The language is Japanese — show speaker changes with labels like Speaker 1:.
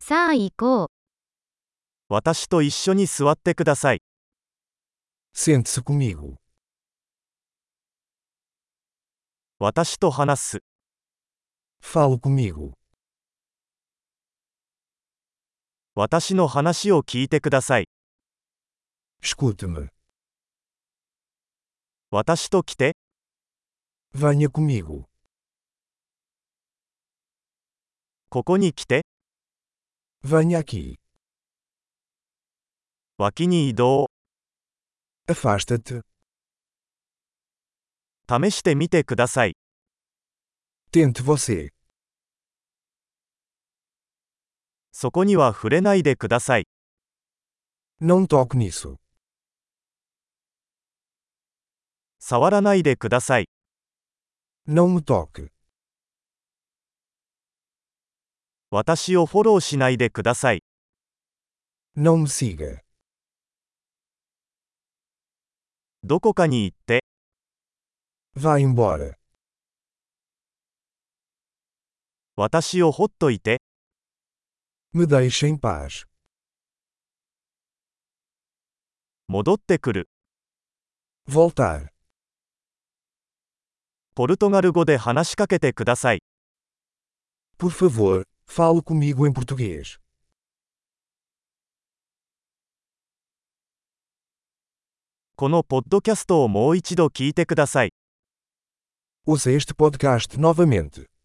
Speaker 1: さあ行こう。
Speaker 2: 私と一緒に座ってください。
Speaker 3: Sente-se comigo.
Speaker 2: 私と話す。
Speaker 3: Fale comigo.
Speaker 2: 私の話を聞いてください。
Speaker 3: Escute-me.
Speaker 2: 私と来て、
Speaker 3: Venha comigo.
Speaker 2: ここに来て、
Speaker 3: Venha aqui.
Speaker 2: 脇に移動、
Speaker 3: Afasta-te.
Speaker 2: 試してみてください。
Speaker 3: Tente você.
Speaker 2: そこには触れないでください。
Speaker 3: Não toque nisso.
Speaker 2: 触らないでください。
Speaker 3: Não me toque.
Speaker 2: 私をフォローしないでください。
Speaker 3: Não me siga.
Speaker 2: どこかに行って、
Speaker 3: Vá embora.
Speaker 2: 私をほっといて、
Speaker 3: Me deixe em paz.
Speaker 2: 戻ってくる。
Speaker 3: Voltar.
Speaker 2: ポルトガル語で話しかけてください。
Speaker 3: Por favor, fale comigo em português.
Speaker 2: このポッドキャストをもう一度聞いてください。
Speaker 3: Ouça este podcast novamente.